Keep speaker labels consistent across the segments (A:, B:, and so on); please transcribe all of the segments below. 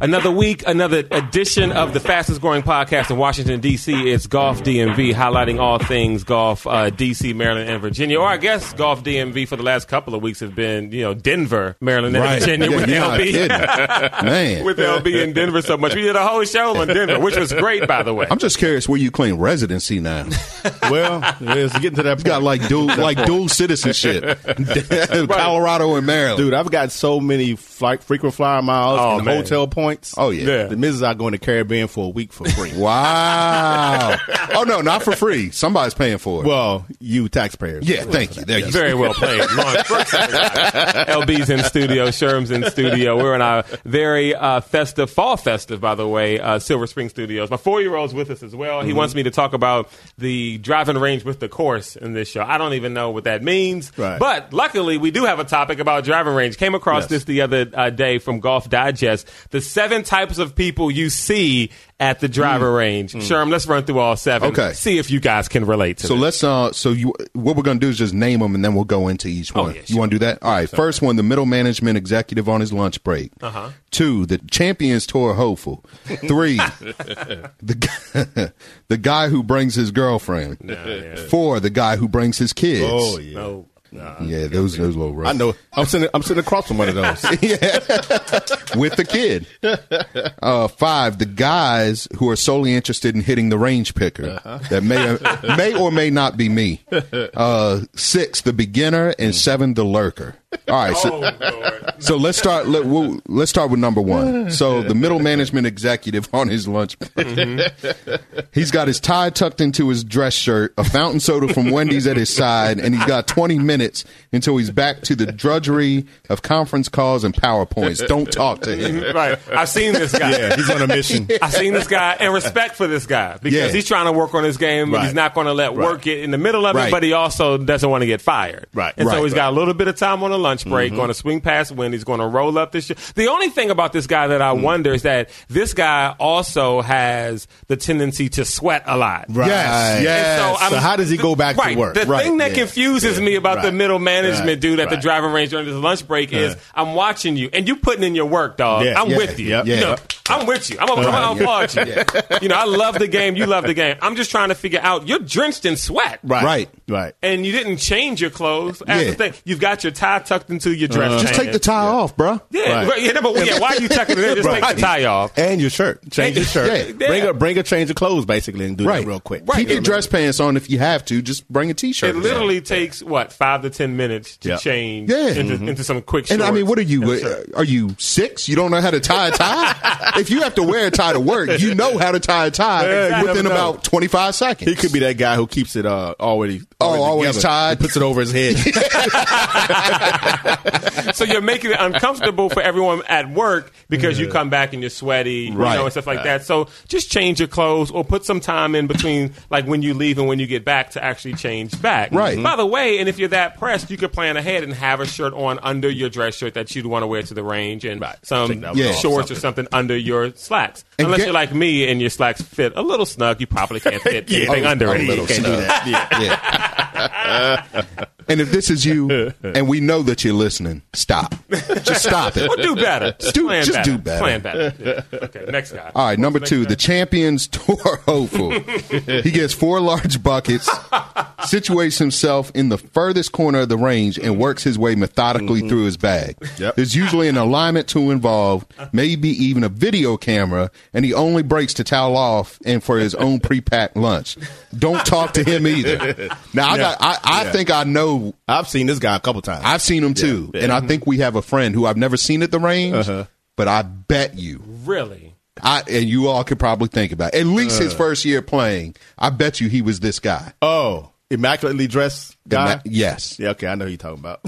A: Another week, another edition of the fastest growing podcast in Washington, D.C. It's Golf DMV, highlighting all things golf, uh, D.C., Maryland, and Virginia. Or I guess Golf DMV for the last couple of weeks have been, you know, Denver, Maryland, and Virginia with LB.
B: kidding. Man.
A: With LB in Denver so much. We did a whole show on Denver, which was great, by the way.
B: I'm just curious where you claim residency now.
C: Well, it's getting to that point.
B: Got like dual like dual citizenship, Colorado and Maryland.
C: Dude, I've got so many flight, frequent flyer miles
A: Oh,
C: and
A: man.
C: hotel points.
B: Oh, yeah.
A: Yeah.
C: The missus I go in the Caribbean for a week for free.
B: Wow. oh no, not for free. Somebody's paying for it.
C: well, you taxpayers.
B: yeah, thank you. There you
A: Very well played. Lawrence Brooks, everybody. LB's in studio. Sherm's in studio. We're in our very uh, festive, fall festive, by the way, uh, Silver Spring Studios. My four year old's with us as well. He wants me to talk about the driving range with the course in this show. I don't even know what that means.
C: Right.
A: But luckily, we do have a topic about driving range. Came across
C: Yes.
A: this the other uh, day from Golf Digest the seven types of people you see at the driver range. Sherm, let's run through all seven.
B: Okay.
A: See if you guys can relate to
B: So
A: this.
B: let's uh so you what we're going to do is just name them and then we'll go into each one.
A: yeah,
B: You want to do that? All right. First one, the middle management executive on his lunch break. Uh-huh. Two, the Champions Tour hopeful. Three, the gu- the guy who brings his girlfriend. Four, the guy who brings his kids.
C: Oh, yeah.
A: No.
B: yeah, those those little rough.
C: Uh-huh. I know. I'm sitting, I'm sitting across from one of those.
B: with the kid. Uh, five, the guys who are solely interested in hitting the range picker
C: Uh-huh.
B: that may or, may or may not be me. Uh, six, the beginner, and seven, the lurker. All right,
A: Oh,
B: so so let's start. Let, we'll, let's start with number one. So the middle management executive on his lunch. break. He's got his tie tucked into his dress shirt, a fountain soda from Wendy's at his side, and he's got 20 minutes until he's back to the drudgery of conference calls and powerpoints. Don't talk to him.
A: Right. I've seen this guy.
C: yeah, he's on a mission.
A: I've seen this guy and respect for this guy because
B: Yeah.
A: he's trying to work on his game and
C: Right.
A: he's not going to let work get in the middle of it,
B: Right.
A: but he also doesn't want to get fired.
C: Right. Mm-hmm.
A: And so
B: Right.
A: he's got a little bit of time on a lunch break, going to swing past when he's going to roll up this shit. The only thing about this guy that I
C: Mm.
A: wonder is that this guy also has the tendency to sweat a lot.
C: Right.
B: Yes,
A: And
B: yes.
A: I'm-
C: So how does he go back to
A: right,
C: work?
A: The
B: Right,
A: thing that
B: yeah,
A: confuses me about the
C: right,
A: middle management
C: right,
A: dude at the
C: right.
A: driving range during his lunch break is I'm watching you and you putting in your work, dog.
C: Yeah,
A: I'm
C: yeah,
A: with you.
C: yep,
A: You know,
C: yep.
A: I'm with you. I'm gonna come out and applaud you. You know, I love the game. You love the game. I'm just trying to figure out. You're drenched in sweat,
C: Right.
B: Right.
C: Right.
A: and you didn't change your clothes. That's
B: Yeah.
A: the thing. You've got your tie tucked into your dress.
B: Just take the
A: tie.
B: tie off, bruh.
A: Yeah,
C: Uh-huh. Right.
A: right. yeah, but yeah, why are you tucking it in? Just take
C: Right.
A: the tie off.
C: And your shirt. Change your
B: Yeah.
C: shirt. Bring, a, bring a change of clothes, basically, and do
B: Right.
C: that real quick.
B: Keep your dress pants on if you have to. Just bring a t-shirt.
A: It literally takes what five to ten minutes to
C: Yeah. Mm-hmm.
A: change
B: Yeah.
A: into, into some quick.
B: And I mean,
A: shorts.
B: what are you? uh, Are you six? You don't know how to tie a tie? if you have to wear a tie to work, you know how to tie a tie
A: Yeah, you
B: within
A: never know.
B: about 25 seconds.
C: He could be that guy who keeps it uh, already.
B: Oh,
C: already
B: always
C: together.
B: tied.
C: Puts it over his head.
A: so you're making it uncomfortable for everyone at work because you come back and you're sweaty, you
B: Right.
A: know, and stuff like that. So just change your clothes or put some time in between, like when you leave and when you get back, to actually change back.
B: Right.
A: By the way, and if you're that pressed, you could plan ahead and have a shirt on under your dress shirt that you'd want to wear to the range, and some
C: that
A: shorts
C: was
B: Yeah.
A: or something under your slacks.
B: And
A: Unless
B: get-
A: you're like me and your slacks fit a little snug, you probably can't fit
C: Yeah.
A: anything
B: Oh,
A: under
B: oh,
A: it.
B: little
C: Can't do
B: snug.
C: that. Yeah.
B: Yeah. and if this is you, and we know that you're listening, stop. Just stop it.
A: Well, do better.
B: Just do-
A: Plan
B: just
A: better.
B: do better.
A: Plan better. Yeah. Okay, next guy.
B: All right, number two, the champions tour hopeful. he gets four large buckets, situates himself in the furthest corner of the range, and works his way methodically through his bag.
C: Mm-hmm. Yep.
B: There's usually an alignment tool involved, maybe even a video camera, and he only breaks to towel off and for his own pre-packed lunch. Don't talk to him either. Now, I, got, I, I think I know
C: I've seen this guy a couple times.
B: I've seen him too, and I think we have a friend who I've never seen at the range,
C: Uh-huh.
B: but I bet you,
A: Really?
B: I and you all could probably think about it. at least his first year playing. I bet you he was this guy.
C: Uh. oh, immaculately dressed guy.
B: Ima- yes,
C: Yeah, okay, I know who you're talking about.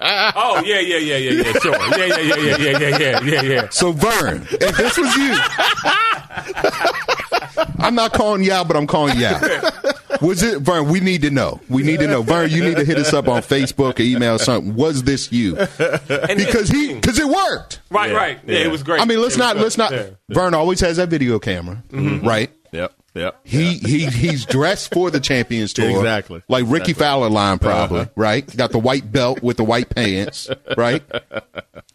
A: Oh yeah, yeah, yeah, yeah, yeah, sure. Yeah, yeah, yeah, yeah, yeah, yeah, yeah, yeah, yeah.
B: So Vern, if this was you, I'm not calling you out, but I'm calling you out. Was it Vern? We need to know. We need to know, Vern. You need to hit us up on Facebook or email or something. Was this you?
A: And
B: Because he, because it worked.
A: right,
C: Yeah,
A: right. Yeah,
C: yeah.
A: it was great.
B: I mean, let's
A: It was Mm-hmm.
B: not,
A: good.
B: let's not.
A: Yeah.
B: Vern always has that video camera, right?
C: Yep. Yep.
B: He he he's dressed for the Champions Tour,
C: Exactly. Uh-huh.
B: Like Ricky Fowler line, probably right. Got the white belt with the white pants, right?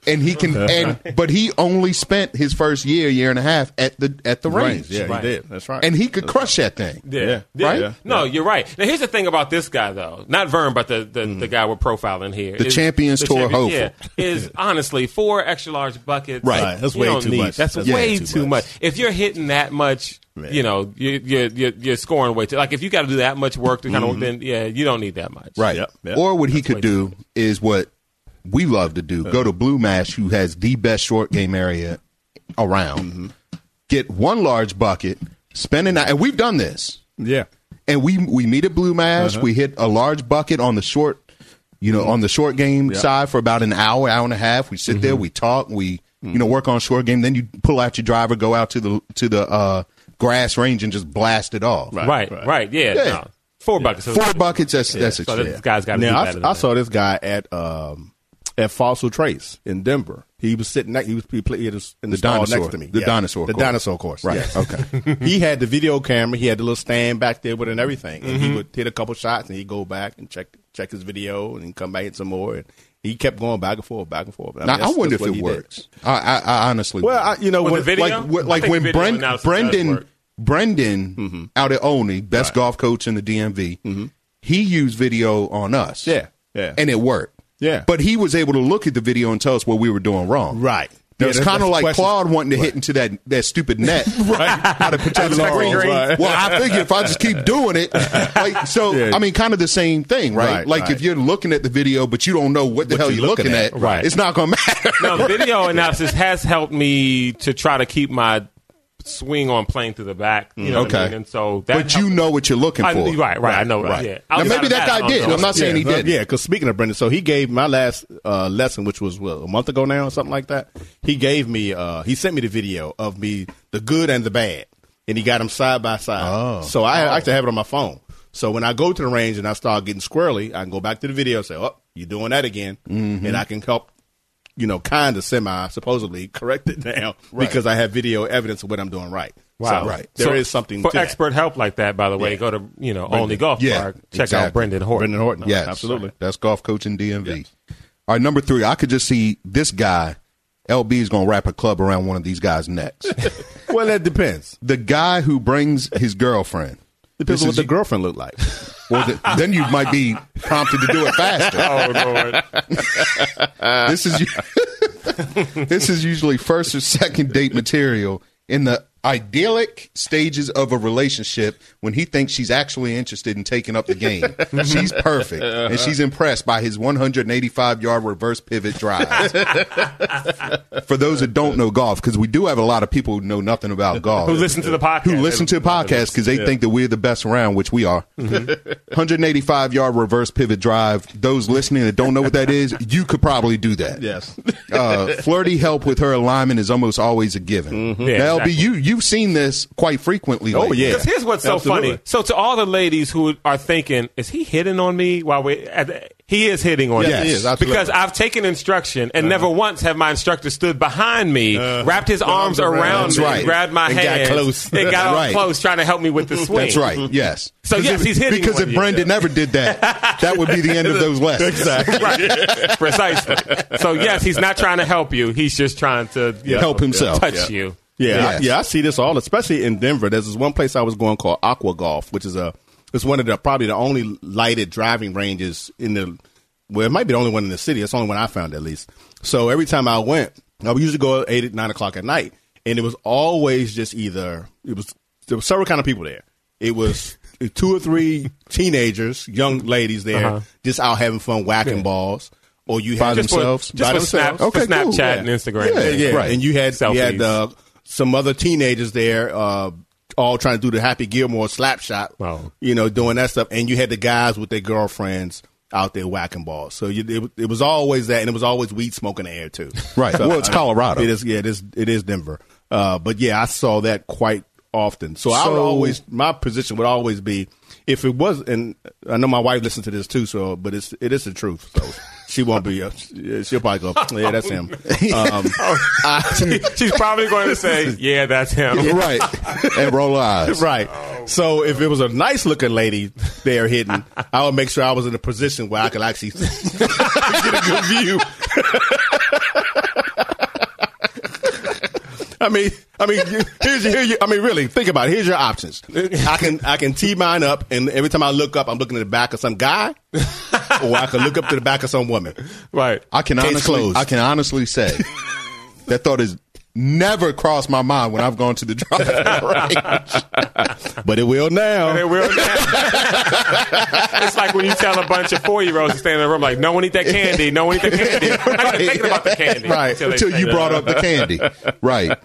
B: And he can, and but he only spent his first year, year and a half at the at the range,
C: Yeah,
A: Right.
C: he did. That's right.
B: and he could crush that thing.
A: Yeah.
C: Yeah.
A: Right?
C: Yeah.
A: No, you're right. Now, here's the thing about this guy, though. Not Vern, but the, the,
C: Mm.
A: the guy we're profiling here.
B: The Champions Tour hopeful.
A: Yeah, is honestly four extra large buckets.
B: Right.
C: Right. That's
A: you
C: way
A: don't
C: too
A: need-
C: much.
A: That's,
C: That's
A: way too, much. If you're hitting that much,
C: Man.
A: you know, you, you're, you're, you're scoring way too Like, if you got to do that much work to kind
C: Mm-hmm.
A: of, then, yeah, you don't need that much.
B: Right.
C: Yep, yep.
B: Or what he could do is what we love to
C: Uh-huh.
B: do go to Blue Mash, who has the best short game area around,
C: Mm-hmm.
B: get one large bucket, spend a night. And we've done this.
C: Yeah.
B: And we we meet at Blue Mash,
C: Uh-huh.
B: we hit a large bucket on the short, you know, on the short game side for about an hour, hour and a half. We sit there,
C: Mm-hmm.
B: we talk, we
C: Mm.
B: you know work on short game. Then you pull out your driver, go out to the to the uh, grass range, and just blast it off.
A: Right. Right.
C: Right.
A: Yeah.
B: Yeah.
A: no. Four buckets.
B: Four buckets. That's that's
A: So
B: extreme.
A: this guy's got to do
C: Now
A: better. than
C: I, I
A: that.
C: saw this guy at um at Fossil Trace in Denver. He was sitting next. He was he played in the, in the,
B: The
C: stall
B: dinosaur.
C: next to me.
B: The dinosaur
C: The
B: course.
C: dinosaur course.
B: Right.
C: Yes.
B: Okay.
C: he had the video camera. He had the little stand back there with it and everything. And
B: Mm-hmm.
C: he would hit a couple shots and he'd go back and check check his video and then come back and some more. And he kept going back and forth, back and forth. mean,
B: Now, I
C: that's-
B: wonder
C: that's
B: if
C: what he
B: it
C: did.
B: works. I, I, I honestly.
C: Well, I,
B: wonder.
C: you know,
A: With
C: when,
A: the video?
B: like wh-
A: I
B: like
A: think
B: when
A: video
B: Bren-
A: analysis does
B: Brendan
A: work.
B: Brendan out at Only, best golf coach in the DMV, he used video on us.
C: Yeah, yeah.
B: and it worked.
C: Yeah.
B: but he was able to look at the video and tell us what we were doing wrong.
C: Right.
B: It
C: Yeah,
B: was
C: that's-
B: kind of
C: that's
B: like
C: questions.
B: Claude wanting to hit into that, that stupid net
C: Right.
B: out of protect the
C: That's
B: ball.
C: great.
B: Well, I figure if I just keep doing it, like so,
C: Yeah.
B: I mean, kind of the same thing, right?
C: Right,
B: like if
C: right.
B: you're looking at the video, but you don't know what the hell you're looking, at,
A: Right.
B: It's not gonna matter.
A: now, video analysis has helped me to try to keep my swing on playing to the back. You know what I
B: Mm. Okay.
A: mean? And so that
B: but you know what you're looking for.
A: I- right, right, I know, right. Yeah.
B: Now,
A: Outside
B: maybe
A: of
B: that
A: I
B: guy
A: don't
B: did.
A: know.
B: I'm not saying he
C: yeah,
B: didn't.
C: Yeah, because speaking of Brendan, so he gave my last uh, lesson, which was what, a month ago now, or something like that. He gave me, uh, he sent me the video of me, the good and the bad, and he got them side by side. So I actually have it on my phone. So when I go to the range and I start getting squirrely, I can go back to the video and say, "Oh, you're doing that again," and I can help. You know, kind of semi supposedly correct it now because I have video evidence of what I'm doing right.
A: Wow.
C: So
B: Right.
C: there
A: So
C: is something
A: for
C: to that.
A: expert help like that. By the way,
C: Yeah.
A: go to you know Only Golf
B: Yeah,
A: Park. Check
B: exactly.
A: out Brendan Horton.
C: Brendan Horton.
B: yes,
C: absolutely.
B: That's golf coaching DMV. All right, number three. I could just see this guy. LB is gonna wrap a club around one of these guys' necks.
C: Well, that depends.
B: the guy who brings his girlfriend.
C: Depends
B: This
C: on what
B: is
C: the
B: you-
C: girlfriend looked like.
B: Well, th- then you might be prompted to do it faster.
A: Oh Lord!
B: this is u- this is usually first or second date material in the idyllic stages of a relationship when he thinks she's actually interested in taking up the game. she's perfect and she's impressed by his 185 yard reverse pivot drives. For those that don't know golf, because we do have a lot of people who know nothing about golf
A: Who listen to the podcast?
B: who listen to the podcast because they think that we're the best around, which we are. 185 yard reverse pivot drive. Those listening that don't know what that is, you could probably do that.
C: yes.
B: Uh, flirty help with her alignment is almost always a given.
A: Yeah,
B: now,
A: exactly.
B: LB, you you've seen this quite frequently.
C: Oh,
B: lately.
C: yeah.
A: Because here's what's so
C: Absolutely.
A: funny. So to all the ladies who are thinking, is he hitting on me? While we, at the- he is hitting on
B: Yes,
A: me.
B: he is, absolutely. Uh-huh.
A: Because I've taken instruction and never once have my instructor stood behind me,
B: Uh,
A: wrapped his arms
C: arms
A: around,
C: around.
B: That's
A: me,
B: right.
A: grabbed my
C: And got
A: hands,
C: close.
A: and got all
B: Right.
A: close, trying to help me with the swing.
B: That's right. Yes.
A: So,
B: 'Cause
A: yes,
B: if-
A: he's hitting
B: Because
A: one
B: if
A: of you.
B: Brendan never did that, that would be the end of those lessons. Exactly.
A: right. Precisely. So yes, he's not trying to help you. He's just trying to you
B: Help himself.
A: touch
B: Yeah.
A: you.
C: Yeah,
B: Yes.
C: I, yeah, I see this all, especially in Denver. There's this one place I was going called Aqua Golf, which is a it's one of the probably the only lighted driving ranges in the well, it might be the only one in the city. It's the only one I found at least. So every time I went, I would usually go at eight at nine o'clock at night, and it was always just either it was there were several kind of people there. It was two or three teenagers, young ladies there, just out having fun whacking balls. Or you
B: Uh-huh. By
C: had
B: Just for- themselves?
A: just
C: By
A: for snap-
C: themselves.
A: for
B: Okay, cool.
A: Snapchat and Instagram.
C: Yeah, yeah.
B: Right.
C: And you had you had
A: Selfies.
C: uh, some other teenagers there, uh, all trying to do the Happy Gilmore slap shot.
B: Oh.
A: Wow.
C: You know, doing that stuff, and you had the guys with their girlfriends out there whacking balls. So you, it, it was always that, and it was always weed smoke in the air too.
B: Right.
C: So,
B: Well, it's
C: I mean,
B: Colorado.
C: It is. Yeah. It is. It is Denver. Uh, but yeah, I saw that quite often. So, I would
B: So-
C: always my position would always be if it was and I know my wife listens to this too. So, but it's it is the truth. So she won't be. Uh, she'll probably go. Yeah, that's him. Um,
A: She's probably going to say, "Yeah, that's him."
B: right. And roll her eyes.
C: Right.
B: oh,
C: so if it was a nice looking lady there hidden, I would make sure I was in a position where I could actually get a good view. I mean, I mean, you- here's here you, I mean, really, think about it. Here's your options. I can I can tee mine up, and every time I look up, I'm looking at the back of some guy, or I can look up to the back of some woman.
A: Right.
B: I can
C: Case
B: honestly,
C: closed.
B: I can honestly say that thought has never crossed my mind when I've gone to the drive.
C: But it will
A: They
C: now.
A: will now. it's like when you tell a bunch of four year olds to stay in the room, like, no one eat that candy, no one eat that candy. I'm not even thinking about the candy.
B: right.
A: they
B: Until
A: say
B: you
A: that.
B: brought up the candy. Right.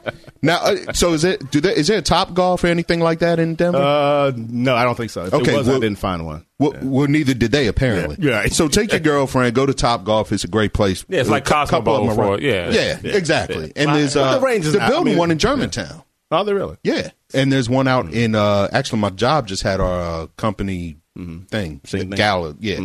B: Now, uh, so is it? Do there is there a Top Golf or anything like that in Denver?
C: Uh, no, I don't think so. If
B: Okay,
C: it was, I
B: well-
C: didn't find one.
B: well, well, neither did they apparently.
C: Yeah. Right.
B: So take your girlfriend, go to Top Golf. It's a great place.
A: Yeah, it's like
B: Cou-
A: Cosmo
B: couple of
A: Bowl
B: them around.
A: for- yeah.
B: yeah, exactly. And there's
C: Well,
B: uh,
C: the range is
B: they're
C: not- I
B: building
C: mean-
B: one in Germantown.
C: Are they really?
B: Yeah, and there's one
A: Mm-hmm.
B: out in uh actually my job just had our uh, company
A: Mm-hmm.
B: thing the
C: thing.
B: gala yeah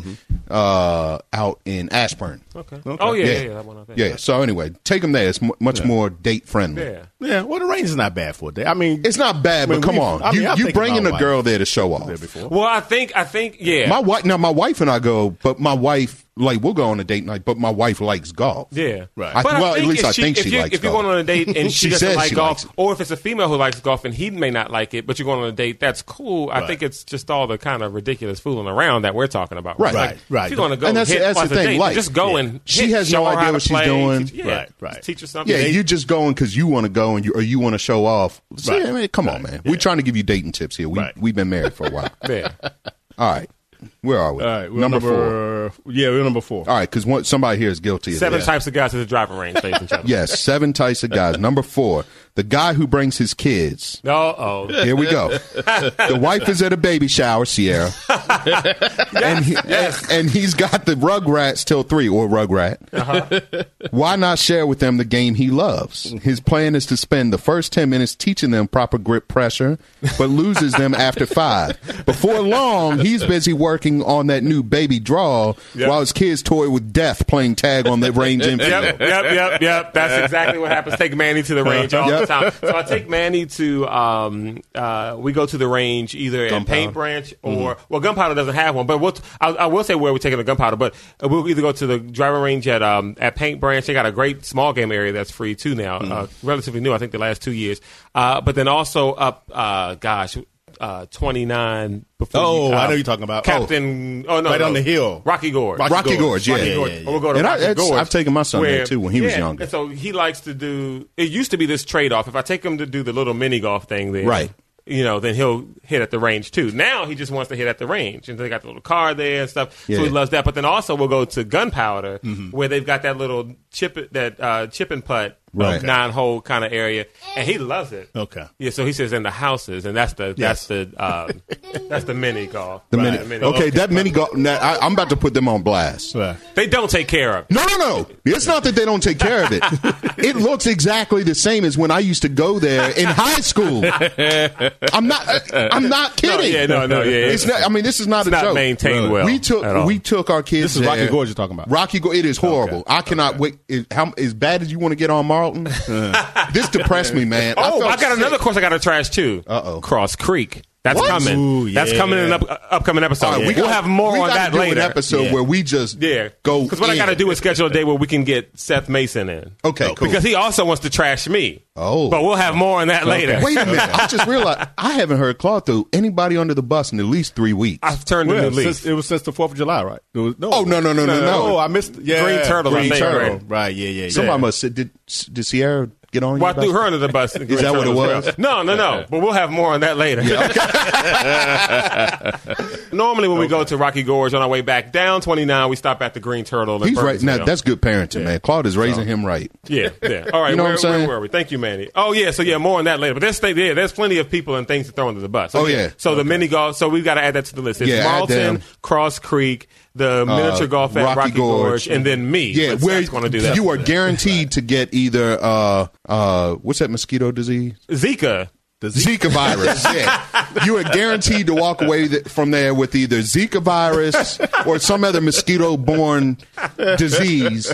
B: uh out in Ashburn.
A: Okay. Oh, yeah, yeah, yeah. that one, I think.
B: Yeah, so anyway, take them there. It's m- much more date friendly.
A: Yeah.
C: Yeah, well, the range is not bad for a day. I mean,
B: It's not bad,
C: I mean,
B: but come
C: we've-
B: on,
C: I mean,
B: you,
C: I've
B: you
C: taken
B: bringing
C: my
B: a
C: wife
B: girl there to show off.
C: there before.
A: Well, I think, I think, yeah.
B: My wife now, my wife and I go, but my wife like we'll go on a date night, but my wife likes golf.
A: yeah.
C: Right.
B: I-
A: But
B: well, at
A: think
B: least
A: if
B: I think
A: if
B: she
A: you,
B: likes
A: If you're
B: golf.
A: going on a date and she,
B: She
A: doesn't
B: says
A: like
B: she
A: golf,
B: likes it.
A: or if it's a female who likes golf and he may not like it, but you're going on a date, that's cool. I think it's just all the kind of ridiculous fooling around that we're talking about.
B: Right.
A: Like,
C: Right, right.
A: If you're going to go
B: And that's-
A: hit,
B: that's the
A: watch a
B: thing,
A: date,
B: like,
A: just go
B: yeah.
A: and
B: She
A: hit,
B: has no
A: show her
B: idea
A: how to
B: what she's
A: play,
B: doing.
A: teach- yeah,
C: Right, right.
A: Teach her something.
B: Yeah, you just going because you want to go and you or you want to show off. See, I mean, come on, man. We're trying to give you dating tips here. We
C: Right.
B: we've been married for a while.
A: Yeah.
B: All right, where are we?
C: All right, we're number,
B: four.
C: four. Yeah, we're number four.
B: All right, because somebody here is guilty. Of
A: Seven
B: this.
A: types of guys at the driving range face each other.
B: Yes, seven types of guys. Number four, the guy who brings his kids.
A: Uh-oh.
B: Here we go. The wife is at a baby shower, Sierra, and, he, and he's got the Rugrats till three or Rugrat. Why not share with them the game he loves? His plan is to spend the first ten minutes teaching them proper grip pressure, but loses them after five. Before long, he's busy working on that new baby draw while his kids toy with death playing tag on the range infield.
A: Yep, yep, yep, yep. That's exactly what happens. Take Manny to the
C: Uh-huh.
A: range all the
B: Yep.
A: time. So I take Manny to um, uh, we go to the range either at Paint Branch or
C: Mm-hmm.
A: well, Gunpowder doesn't have one, but we'll t- I, I will say where we're taking the Gunpowder, but we'll either go to the driving range at um, at Paint Branch. They got a great small game area that's free too now, uh,
C: Mm-hmm.
A: relatively new. I think the last two years, uh, but then also up, uh, gosh. Uh, twenty nine. Before
C: Oh,
A: you, uh,
C: I know you're talking about.
A: Captain. Oh, no,
C: Right
A: no.
C: on the hill.
A: Rocky Gorge.
C: Rocky
B: Rocky Gorge, yeah.
A: Rocky Gorge.
C: yeah, yeah.
A: Or We'll go to
B: And I-
A: Rocky
B: it's-
A: Gorge,
B: I've taken my son there, too, when he was
A: yeah,
B: younger.
A: and so he likes to do. It used to be this trade off. If I take him to do the little mini golf thing, then
B: Right.
A: You know, then he'll hit at the range too. Now he just wants to hit at the range, and they got the little car there and stuff. So he
B: Yeah. Mm-hmm.
A: loves that. But then also we'll go to Gunpowder, where they've got that little chip that uh, chip and putt um,
B: Right.
A: nine hole kind of area, and he loves it.
C: Okay.
A: Yeah. So he says in the houses, and that's the that's the uh, that's the mini golf.
B: The
A: Right,
B: mini, okay, that mini golf. Now, I, I'm about to put them on blast.
C: Right.
A: They don't take care of. it.
B: No, no, no. It's not that they don't take care of it. It looks exactly the same as when I used to go there in high school. I'm not. uh, I'm not kidding.
A: yeah, no, no, yeah, yeah.
B: It's not. I mean, this is not
A: It's
B: a
A: not
B: joke.
A: maintained well
B: We took.
A: at all.
B: We took our kids.
C: This is Rocky
B: there.
C: Gorge you're talking about.
B: Rocky Gorge. It is horrible. I cannot wait. It, how as bad as you want to get on Marlton? this depressed me, man.
A: Oh, I,
B: felt
A: got
B: sick.
A: another course I got to trash too.
B: Uh-oh.
A: Cross Creek. That's
B: What?
A: coming.
C: Ooh,
A: That's
C: yeah.
A: coming in an up, uh, upcoming episode.
B: All right, we
A: we'll
B: gotta-
A: have more
B: we
A: on
B: gotta
A: that
B: do
A: later.
B: An episode where we just
A: yeah,
B: go
A: Because what I
B: in.
A: got to do is schedule a day where we can get Seth Mason in.
B: Okay, cool.
A: Because he also wants to trash me.
B: Oh.
A: but we'll have more on that later.
B: Wait a minute. I just realized I haven't heard Claude throw anybody under the bus in at least three weeks.
A: I've turned
C: Well,
A: a new leaf.
C: since, it was since the Fourth of July, right? It was- no.
B: Oh, no, no, no, no, no.
C: Oh, I missed. Yeah,
A: Green Turtle, I
C: Green
A: think,
C: turtle.
A: right.
C: Right. Yeah. Yeah. yeah.
B: Somebody must sit. Did, did Sierra get on?
A: Well, I
B: your
A: threw
B: bus?
A: her under the bus.
B: Is that what it was?
A: No, no, no. But we'll have more on that later. Normally, when we go to Rocky Gorge on our way back down 29, we stop at the Green Turtle. in
B: He's right now.
A: Burkittsville.
B: That's good parenting, man. Claude is raising him right.
A: Yeah, yeah. All right,
B: You know
A: where,
B: what I'm saying?
A: where were we? Thank you, Manny. Oh yeah, so yeah, more on that later. But there's yeah, there's plenty of people and things to throw under the bus. So,
B: Oh, yeah.
A: So the mini golf. So we've got to add that to the list. It's
B: Yeah, add
A: Marlton,
B: them. Uh,
A: Cross Creek, the miniature golf at
B: Rocky
A: Rocky, Gorge,
B: Gorge.
A: and then me.
B: Yeah,
A: But
B: where
A: Seth's gonna do that?
B: you are guaranteed to get either uh uh what's that mosquito disease?
A: Zika.
B: Zika virus. Yeah, you are guaranteed to walk away th- from there with either Zika virus or some other mosquito-borne disease.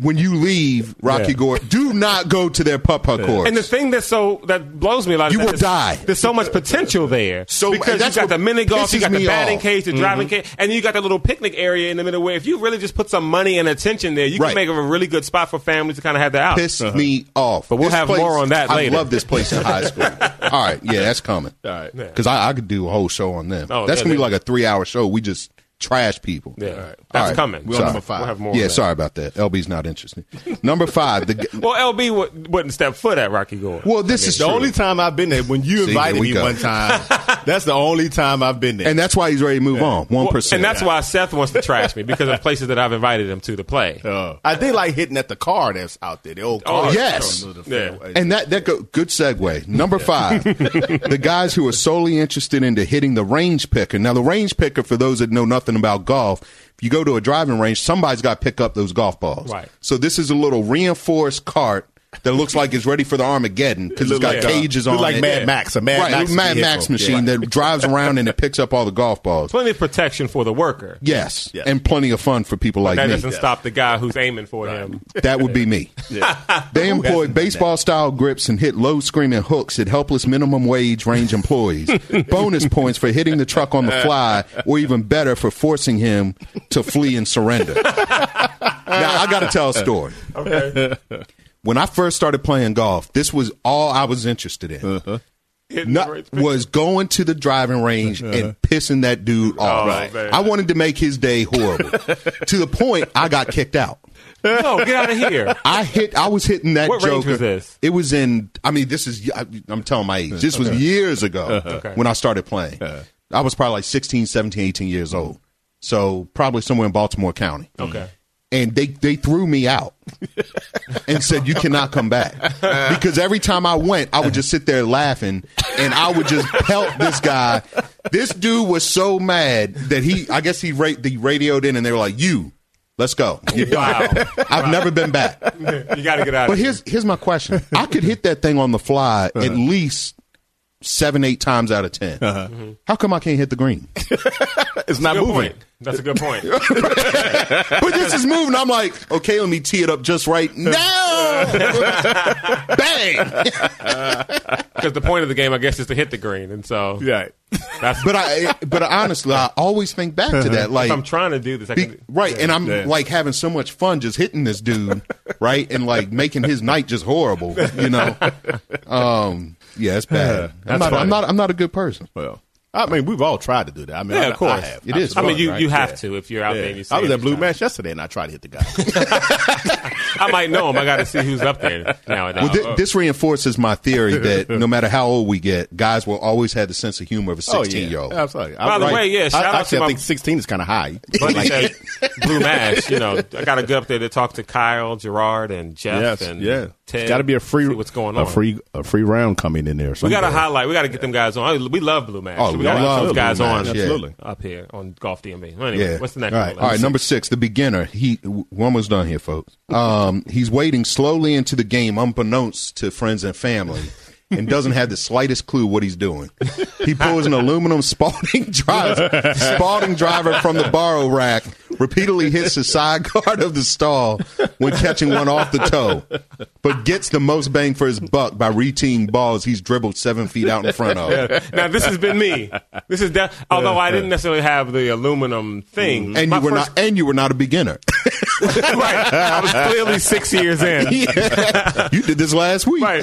B: When you leave Rocky
A: Yeah.
B: Gorge, do not go to their putt putt course.
A: And the thing that's so that blows me a lot. is
B: You
A: that
B: will
A: there's-
B: die.
A: There's so much potential there.
B: So- and
A: because you
B: that's
A: got
B: what
A: the mini golf, you
B: pisses
A: got
B: me
A: the batting
B: off. Mm-hmm.
A: cage, the driving cage, and you got that little picnic area in the middle where if you really just put some money and attention there, you
B: Right.
A: can make it a really good spot for families to kind of have their out.
B: pissed me off. But
A: Uh-huh. we'll have more on that later.
B: I love this place in high school. All right, yeah, that's coming. All
C: right. Yeah.
B: because I, I could do a whole show on them.
A: Oh,
B: that's
A: yeah,
B: gonna be
A: they-
B: like a three-hour show. We just trash people.
A: Yeah,
B: All right.
A: that's
B: All right.
A: coming.
B: We're on
C: number five.
A: We'll have more.
B: yeah,
A: on that.
B: sorry about that. LB's not interested. Number five. The, g-
A: Well, LB w- wouldn't step foot at Rocky Gorge.
B: well, this is
C: The
B: true.
C: only time I've been there when you
B: See,
C: invited
B: here we
C: me
B: go.
C: one time. That's the only time I've been there.
B: and that's why he's ready to move on. One
A: Well,
B: percent.
A: and that's why Seth wants to trash me because of places that I've invited him to to play.
C: Uh, I did like hitting at the car that's out there. The old car.
B: yes.
A: Yeah.
B: And that that go, good segue. Number five, the guys who are solely interested into hitting the range picker. Now, the range picker, for those that know nothing about golf, if you go to a driving range, somebody's got to pick up those golf balls.
A: Right.
B: So this is a little reinforced cart that looks like it's ready for the Armageddon because it's got
A: like, uh,
B: cages
C: look
B: on
C: like
B: it.
C: Mad Max, a Mad
B: right,
C: Max
B: Mad
C: vehicle.
B: Max machine that drives around and it picks up all the golf balls.
A: Plenty of protection for the worker.
B: Yes,
C: Yeah.
B: and plenty of fun for people like
A: That
B: me.
A: doesn't stop the guy who's aiming for him.
B: That would be me. They employ baseball style grips and hit low screaming hooks at helpless minimum wage range employees. Bonus points for hitting the truck on the fly, or even better, for forcing him to flee and surrender. now, I got to tell a story. Okay. When I first started playing golf, this was all I was interested in.
A: Uh-huh. Hitting
B: Not-
A: the right- Uh-huh.
B: was going to the driving range and pissing that dude off.
A: Oh, Right. man.
B: I wanted to make his day horrible to the point I got kicked out.
A: no, get out of here.
B: I hit. I was hitting that
A: What
B: Joker.
A: range was this?
B: It was in. I mean, this is. I, am telling my age. This was years ago
A: Uh-huh.
B: when I started playing. I was probably like 16, 17, 18 years old. So probably somewhere in Baltimore County.
A: Okay.
B: And they they threw me out and said you cannot come back because every time I went, I would just sit there laughing and I would just pelt this guy. This dude was so mad that he. I guess he ra- they radioed in and they were like, "You, let's go." You're done."
A: Wow.
B: I've never been back.
A: You got to get out
B: But
A: of here.
B: here's here's my question. I could hit that thing on the fly at least seven, eight times out of 10 How come I can't hit the green?
C: it's not
A: Good
C: moving.
A: point. That's a good point.
B: but this is moving. I'm like, okay, let me tee it up just right. No, bang.
A: Because the point of the game, I guess, is to hit the green. And so
C: Yeah.
A: that's
B: But I, but honestly, I always think back to that. Like,
A: if I'm trying to do this. I
B: be-
A: can,
B: right, and I'm
C: Yeah.
B: like having so much fun just hitting this dude, right, and like making his night just horrible. You know, um, yeah, it's bad. I'm not, I'm not. I'm not a good person.
C: Well, I mean, we've all tried to do that. I mean,
A: Yeah,
C: I,
A: of course.
C: I have.
B: It is
A: I mean,
B: fun,
A: you,
B: right?
A: you have to if you're out there and you
C: Yeah.
A: see
C: I was
A: it.
C: at Blue Match yesterday and I tried to hit the guy.
A: I might know him. I got to see who's up there nowadays.
B: Well, thi- this reinforces my theory that no matter how old we get, guys will always have the sense of humor of
C: Oh,
B: a 16 year old.
C: Absolutely.
A: By the way, yeah, shout
C: I,
A: out
C: actually,
A: to
C: I
A: my-
C: think 16 is kind of high.
A: But like that blue mash, you know, I got to get up there to talk to Kyle, Gerard, and Jeff,
C: yes,
A: and
C: yeah.
A: Ted.
C: It's got to be a free
A: see what's going
C: a
A: on.
C: free a free round coming in there.
A: we got to highlight. We got to get them guys on. I- We love blue mash.
B: Oh,
A: we got to
B: love
A: get those guys
B: Blue
A: on
B: Mash, yeah.
C: Absolutely.
A: up here on golf DMV. Well, anyway,
B: Yeah.
A: what's the next
B: All
A: one?
B: right. All right. Number six, the beginner. He w- we're almost done here, folks. Um, he's wading slowly into the game, unbeknownst to friends and family, and doesn't have the slightest clue what he's doing. He pulls an aluminum Spalding driver, Spalding driver from the borrow rack. Repeatedly hits the side guard of the stall when catching one off the toe, but gets the most bang for his buck by reteeing balls he's dribbled seven feet out in front of.
A: now this has been me. This is de- although I didn't necessarily have the aluminum thing.
B: And
A: my
B: you were
A: first-
B: not, and you were not a beginner.
A: right. I was clearly six years in.
B: you did this last week.
A: Right.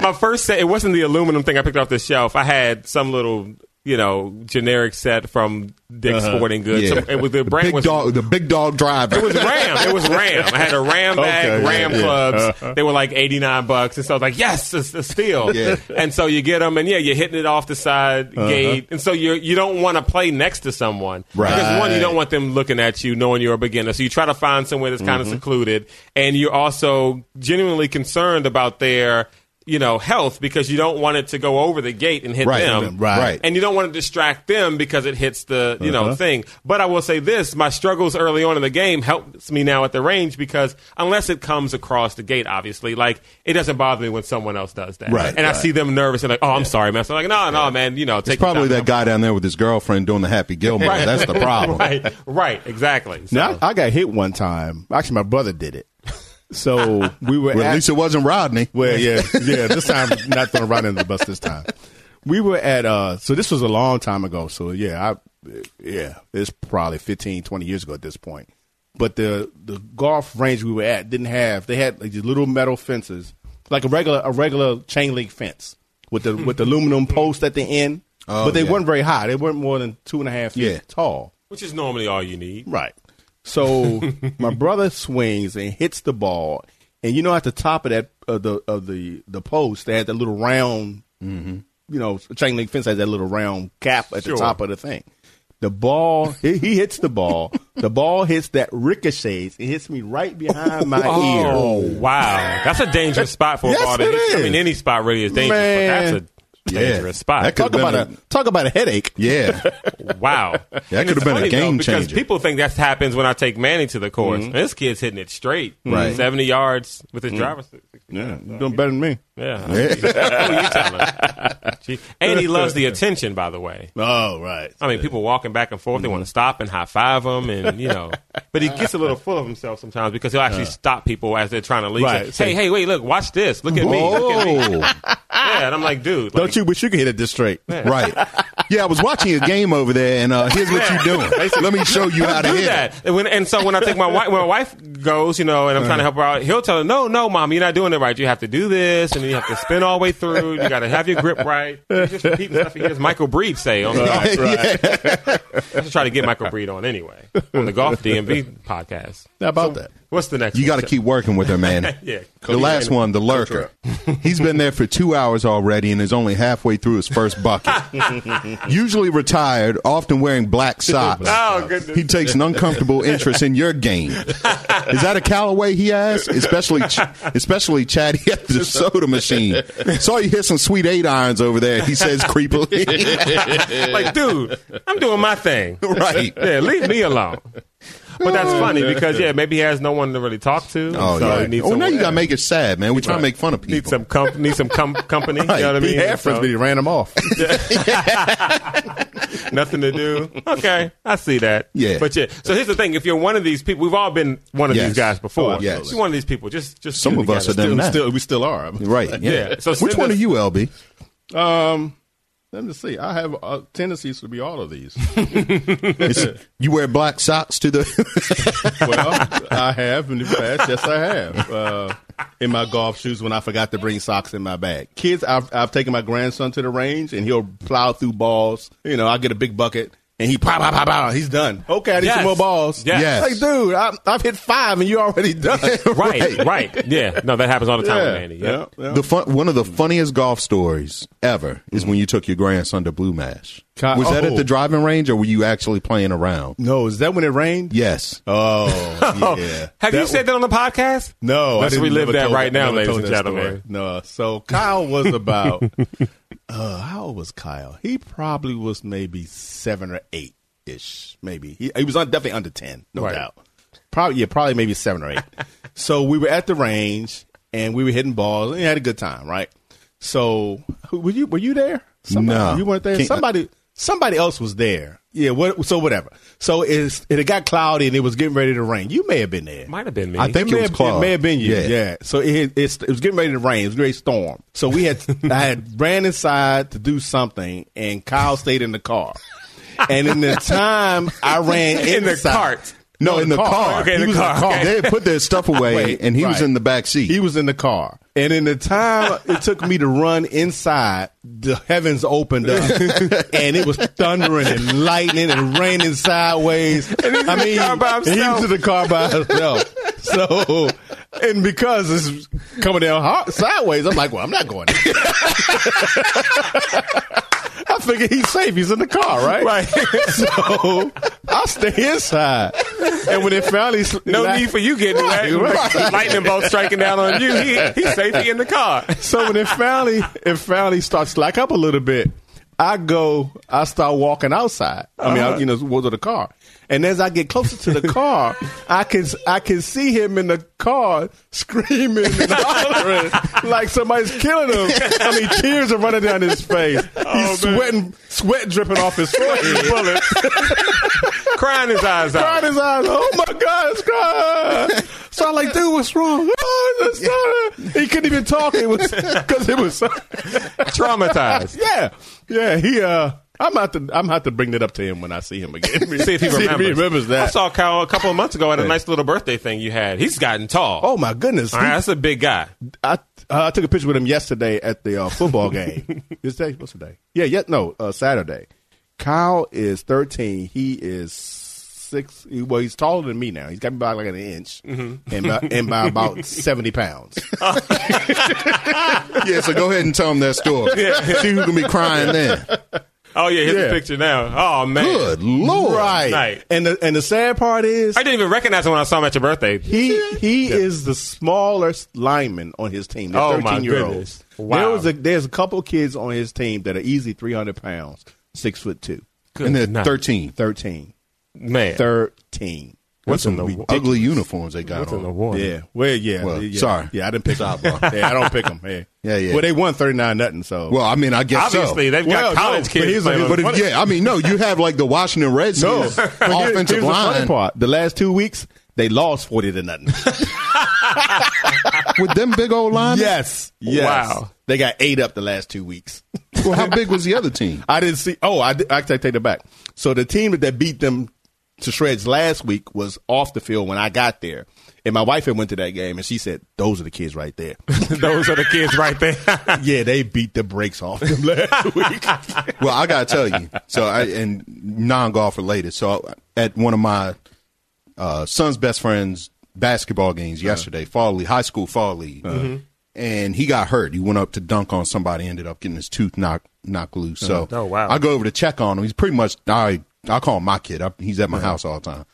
A: My first set, it wasn't the aluminum thing I picked off the shelf. I had some little you know generic set from Dick's Sporting Goods.
B: Yeah.
A: So it was the brand
B: big
A: was
B: dog, the big dog driver.
A: it was Ram. It was Ram. I had a Ram bag,
C: Okay, yeah,
A: Ram
C: yeah. Uh-huh.
A: clubs. They were like eighty nine bucks, and so I was like, yes, it's a steal.
B: Yeah.
A: And so you get them, and yeah, you're hitting it off the side
C: Uh-huh.
A: gate, and so you you don't want to play next to someone,
B: Right.
A: Because one, you don't want them looking at you, knowing you're a beginner. So you try to find somewhere that's
C: Mm-hmm.
A: kind of secluded, and you're also genuinely concerned about their. You know, health because you don't want it to go over the gate and hit
B: Right.
A: them.
C: Right.
B: Right.
A: And you don't want to distract them because it hits the, you know, thing. But I will say this, my struggles early on in the game helps me now at the range because unless it comes across the gate, obviously, like it doesn't bother me when someone else does that.
B: Right,
A: And I see them nervous and like, oh, I'm sorry, man. So I'm like, no, no, man, you know, take
B: It's probably
A: your
B: that
A: time.
B: guy down there with his girlfriend doing the Happy Gilmore. That's the problem.
A: Right, right, exactly. So,
C: Now, I, I got hit one time. Actually, my brother did it. So we were
B: Well,
C: at,
B: at least it wasn't Rodney.
C: well, yeah, yeah. This time, not throwing right under the bus. This time, we were at. uh So this was a long time ago. So yeah, I, yeah, it's probably 15, 20 years ago at this point. But the the golf range we were at didn't have. They had like these little metal fences, like a regular a regular chain link fence with the with the aluminum post at the end.
B: Oh,
C: but they
B: yeah.
C: weren't very high. They weren't more than two and a half feet
B: Yeah.
C: tall.
A: which is normally all you need.
C: Right. So my brother swings and hits the ball, and you know at the top of that of the of the the post they had that little round, you know, chain link fence has that little round cap at
A: Sure.
C: the top of the thing. The ball, he, he hits the ball. the ball hits that ricochets. It hits me right behind my ear.
A: Oh, wow. That's a dangerous spot for a
C: Yes,
A: ball to
C: it
A: hit. I mean,
C: is.
A: any spot really is dangerous, but
C: Man.
A: that's a
B: Yeah.
A: dangerous spot.
B: That
C: Talk
B: could've
C: about
B: been
C: a talk about a headache.
B: Yeah.
A: Wow,
B: That
A: And
B: could've
A: it's
B: been a
A: funny,
B: game
A: because
B: changer. Mm-hmm.
A: people think that happens when I take Manny to the course. This kid's hitting it straight,
B: Right. Mm-hmm.
A: Seventy yards with his driver's.
C: Yeah, you're doing better than me.
A: Yeah, Who are you telling? Gee. and he loves the attention. By the way,
C: Oh right.
A: I mean, people walking back and forth. They
B: Mm-hmm.
A: want to stop and high five him, and you know. But he gets a little full of himself sometimes because he'll
B: Uh.
A: actually stop people as they're trying to leave.
C: Right,
A: Say,
C: so-
A: hey, hey, wait, look, watch this. Look at me. Look at me.
B: Whoa.
A: Yeah, and I'm like, dude, like,
C: Don't you wish you could hit it this straight?
B: Right. Yeah, I was watching a game over there, and uh, here's what you're doing. Let me show you how to
A: do
B: hit it.
A: that. And, when, and so when I take my wife, when my wife goes, you know, and I'm trying to help her out, he'll tell her, "No, no, mom, you're not doing it right. You have to do this, and you have to spin all the way through. You got to have your grip right." He's just repeating stuff he hears Michael Breed say on the golf. I should try to get Michael Breed on anyway on the golf DMV podcast.
C: How about that?
A: What's the next?
B: You
A: one?
B: got to keep working with her, man.
A: Yeah.
B: The last one, the lurker. He's been there for two hours already and is only halfway through his first bucket. Usually retired, often wearing black socks.
A: Oh, goodness.
B: He takes an uncomfortable interest in your game. Is that a Callaway? He asked, especially ch- especially chatty at the soda machine. Saw you hit some sweet eight irons over there. He says creepily,
A: like, dude, I'm doing my thing.
B: right?
A: Yeah, leave me alone. But that's funny because yeah, maybe he has no one to really talk to.
B: Oh
A: so
B: yeah.
A: he needs
B: oh, now
A: someone-
B: you gotta make it sad, man. We try to make fun of people.
A: Need some com- need some com- company. You know what I mean?
C: He had
A: So-
C: friends, but he ran them off.
A: nothing to do. Okay, I see that.
B: Yeah.
A: but yeah. So here's the thing: if you're one of these people, we've all been one of
B: Yes.
A: these guys before.
B: Oh, yes.
A: If you're one of these people. Just, just
B: Some
A: get
B: of us
A: together.
B: are them
C: Still,
B: now.
C: still, we still are.
B: Right. Yeah.
A: Yeah, so
B: Which
A: send
B: one
A: us-
B: are you, LB?
C: Um, let me see. I have uh, tendencies to be all of these.
B: It's, you wear black socks to the.
C: well, I have in the past. Yes, I have. Uh, in my golf shoes when I forgot to bring socks in my bag. Kids, I've, I've taken my grandson to the range and he'll plow through balls. You know, I get a big bucket and he pop, pop, pop, pop. He's done. Okay, I need
A: Yes.
C: some more balls.
A: Yes.
B: Yes.
C: Like, dude, I, I've hit five and you already done.
A: Right, right. Yeah. No, that happens all the time with Manny. Yeah.
C: yeah.
B: The fun, one of the funniest golf stories ever is when you took your grandson to Blue Mash.
C: Ca-
B: Was that at
C: oh.
B: the driving range or were you actually playing around?
C: No, is that when it rained?
B: Yes.
C: Oh, yeah.
A: Have you
C: That
A: said that on the podcast?
C: No,
A: Let's
C: I didn't,
A: relive
C: never
A: that
C: told-
A: right now,
C: never
A: ladies
C: told
A: and
C: that
A: gentlemen.
C: story. No, so Kyle was about uh, how old was Kyle? He probably was maybe seven or eight ish, maybe. He, he was un, definitely under ten, no
A: Right.
C: doubt. Probably, yeah, probably maybe seven or eight. so we were at the range and we were hitting balls and we had a good time, right? So who- were you? Were you there? Somebody,
B: No.
C: you weren't there.
B: Can't-
C: Somebody, somebody else was there. Yeah. What, so whatever. So it's, it got cloudy and it was getting ready to rain. You may have been there.
A: Might have been me.
B: I think
C: It may
B: it was
C: have-
B: Claude.
C: It may have been you.
B: Yeah.
C: Yeah. So it, it's, it was getting ready to rain. It was a great storm. So we had I had ran inside to do something, and Kyle stayed in the car. And in the time I ran
A: In the
C: inside-
A: cart.
B: No, in the car.
A: Okay, in
B: He
A: the
B: was
A: car, okay.
B: They had put their stuff away,
C: Wait,
B: and he was
C: right.
B: in the back seat.
C: He was in the car. And in the time it took me to run inside, the heavens opened up and it was thundering and lightning and raining sideways. I
A: in the
C: mean,
A: car by
C: and he was in the car by himself. So, and because it's coming down hard, sideways, I'm like, well, I'm not going. in. I figure he's safe. He's in the car, right?
A: Right.
C: so I stay inside. And when it finally
A: No need for you getting
C: Right,
A: wet.
C: right.
A: Lightning bolt striking down on you. He, he's safely in the car.
C: so when it finally it finally starts to slack up a little bit, I go, I start walking outside. I mean, I, you know, towards the car. And as I get closer to the car, I can I can see him in the car screaming and hollering like somebody's killing him. I mean, tears are running down his face. He's
A: man.
C: sweating, sweat dripping off his forehead.
A: Bullets. Crying his eyes out.
C: Crying his eyes. Oh my God, it's crying. So I'm like, dude, what's wrong? Oh, it's not- He couldn't even talk. It was because it was. so-
A: Traumatized.
C: yeah, yeah. He. uh I'm out to. I'm out to bring that up to him when I see him again.
A: See if he remembers.
C: that.
A: I saw Kyle a couple of months ago at a nice little birthday thing you had. He's gotten tall.
C: oh my goodness.
A: All right, that's a big guy.
C: I uh, I took a picture with him yesterday at the uh, football game. This day, what's the day? Yeah, yeah, no, uh, Saturday. Kyle is 13. He is six. Well, he's taller than me now. He's got me by like an inch,
A: Mm-hmm.
C: and by, and by about 70 pounds.
B: yeah, so go ahead and tell him that story. See who can be crying then.
A: Oh yeah, here's the
C: Yeah.
A: picture now. Oh man,
B: Good lord!
C: right.
A: Right.
C: And the and the sad part is
A: I didn't even recognize him when I saw him at your birthday.
C: He he is the smallest lineman on his team. They're
A: Oh,
C: 13
A: my
C: year
A: goodness.
C: olds.
A: Wow.
C: There was a there's a couple kids on his team that are easy three hundred pounds, six foot two.
B: And they're
A: night.
B: thirteen.
C: 13.
A: Man,
C: 13.
A: what's in the
B: Ugly uniforms they got
A: What's in
B: on.
A: the water?
C: Yeah. Well, yeah.
B: Well,
C: yeah.
B: sorry.
C: Yeah, I didn't pick them. yeah, I don't pick them. Yeah.
B: Yeah, yeah.
C: Well, they won 39 nothing, so.
B: Well, I mean, I guess
A: Obviously,
B: so.
A: they've
C: Well,
A: got college
C: no, but
A: kids.
C: here's a-
A: playing on
B: But
A: the-
B: if- yeah, I mean, no, you have like the Washington
C: no.
B: Redskins
C: But here-
B: offensive
C: here's the funny
B: line
C: part. The last two weeks, they lost 40 to nothing.
B: with them big old linemen.
C: yes. Yes.
A: Wow.
C: They got eight up the last two weeks.
B: Well, how big was the other team?
C: I didn't see. Oh, I, did, actually I take that back. So the team that beat them to shreds last week was off the field when I got there, and my wife had went to that game, and she said, "Those are the kids right there."
A: those are the kids right there.
C: yeah, they beat the brakes off them last week.
B: Well, I gotta tell you. So, I, and non-golf related. So, at one of my uh, son's best friends' basketball games yesterday, fall league, high school fall league, and he got hurt. He went up to dunk on somebody, ended up getting his tooth knocked knocked loose. So,
A: Oh, wow.
B: I go over to check on him. He's pretty much I I call him my kid. I, he's at my house all the time.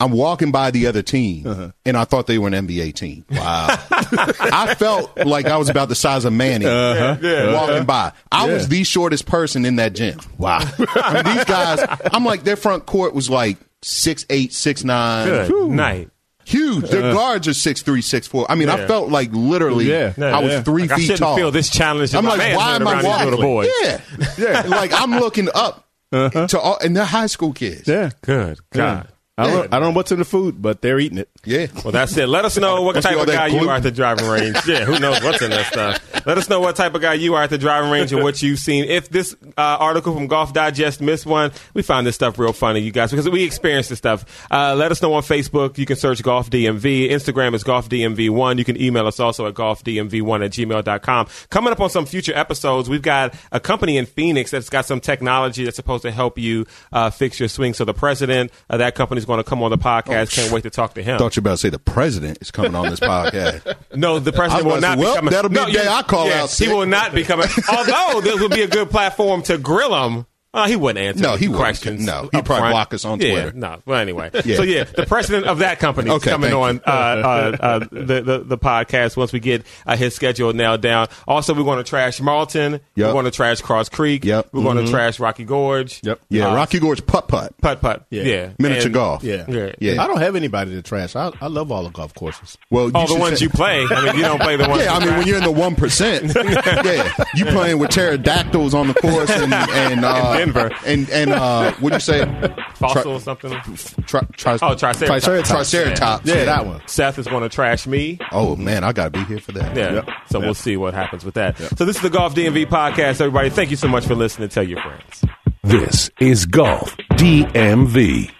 B: I'm walking by the other team, and I thought they were an NBA team. Uh-huh. Wow! I felt like I was about the size of Manny walking by. I was the shortest person in that gym. Uh-huh. Wow! I mean, these guys, I'm like their front court was like six eight, six nine,
A: Good night.
B: huge. Their guards are six three, six four. I mean, I felt like literally
C: Yeah.
B: I was
C: Yeah.
B: three
A: Like, I
B: feet
A: shouldn't
B: tall.
A: feel this challenge. in
B: I'm
A: my
B: like,
A: manhood
B: why am
A: around
B: I
A: these little
B: waffling?
A: boys?
B: Yeah, yeah. Uh-huh. like I'm looking up to all, and they're high school kids.
C: yeah,
A: Good God.
C: I don't, I don't know what's in the food, but they're eating it.
B: yeah.
A: Well, that's it. Let us know what
B: Let's
A: type
B: see
A: of
B: all
A: guy
B: that
A: you are
B: gluten.
A: at the driving range. Yeah, who knows what's in that stuff. Let us know what type of guy you are at the driving range and what you've seen. If this uh, article from Golf Digest missed one, we found this stuff real funny, you guys, because we experienced this stuff. Uh, let us know on Facebook. You can search Golf DMV. Instagram is Golf DMV1. You can email us also at golfdmv1 at gmail.com. Coming up on some future episodes, we've got a company in Phoenix that's got some technology that's supposed to help you uh, fix your swing. So the president of that company is going to come on the podcast.
B: Oh,
A: Can't wait to talk to him.
B: Thought you were about to say the president is coming on this podcast.
A: No, the president
B: I
A: will
B: was-
A: not
B: well,
A: be coming.
B: that'll be
A: no,
B: the day
A: you-
B: I call out
A: He
B: sick.
A: will not be coming. Although this would be a good platform to grill him. Uh, he wouldn't answer.
B: No, he wouldn't.
A: questions.
B: No, he'd
A: up
B: probably
A: front.
B: block us on
A: Yeah,
B: Twitter.
A: No, well, anyway.
B: Yeah.
A: So yeah, the president of that company is
B: Okay,
A: coming on
B: thank
A: uh, uh, uh, the, the the podcast once we get uh, his schedule nailed down. Also, we're going to trash Marlton. We're
B: Yep.
A: going to trash Cross Creek.
B: Yep. Mm-hmm.
A: We're going to trash Rocky Gorge.
C: Yep.
B: Yeah,
A: Uh,
B: Rocky Gorge putt putt,
A: Putt putt. Yeah.
C: Yeah.
B: miniature
A: And-
B: golf.
C: Yeah.
A: Yeah.
B: Yeah.
C: I don't have anybody to trash. I, I love all the golf courses.
B: Well,
A: All
B: should
A: the ones
B: say-
A: you play. I mean, you don't play the ones.
B: Yeah, I
A: you
B: mean, when you're in the one percent, yeah, you playing with pterodactyls on the course and and uh,
A: In Denver.
B: and and uh, what do you say?
A: fossil or something.
B: Tri- tri-
A: Oh, Triceratops.
B: Triceratops.
C: Yeah, that one.
A: Seth is going to trash me.
B: Oh man, I gotta be here for that.
A: Yeah. So we'll see what happens with that. So this is the Golf DMV podcast. Everybody, thank you so much for listening. Tell your friends.
D: This is Golf DMV.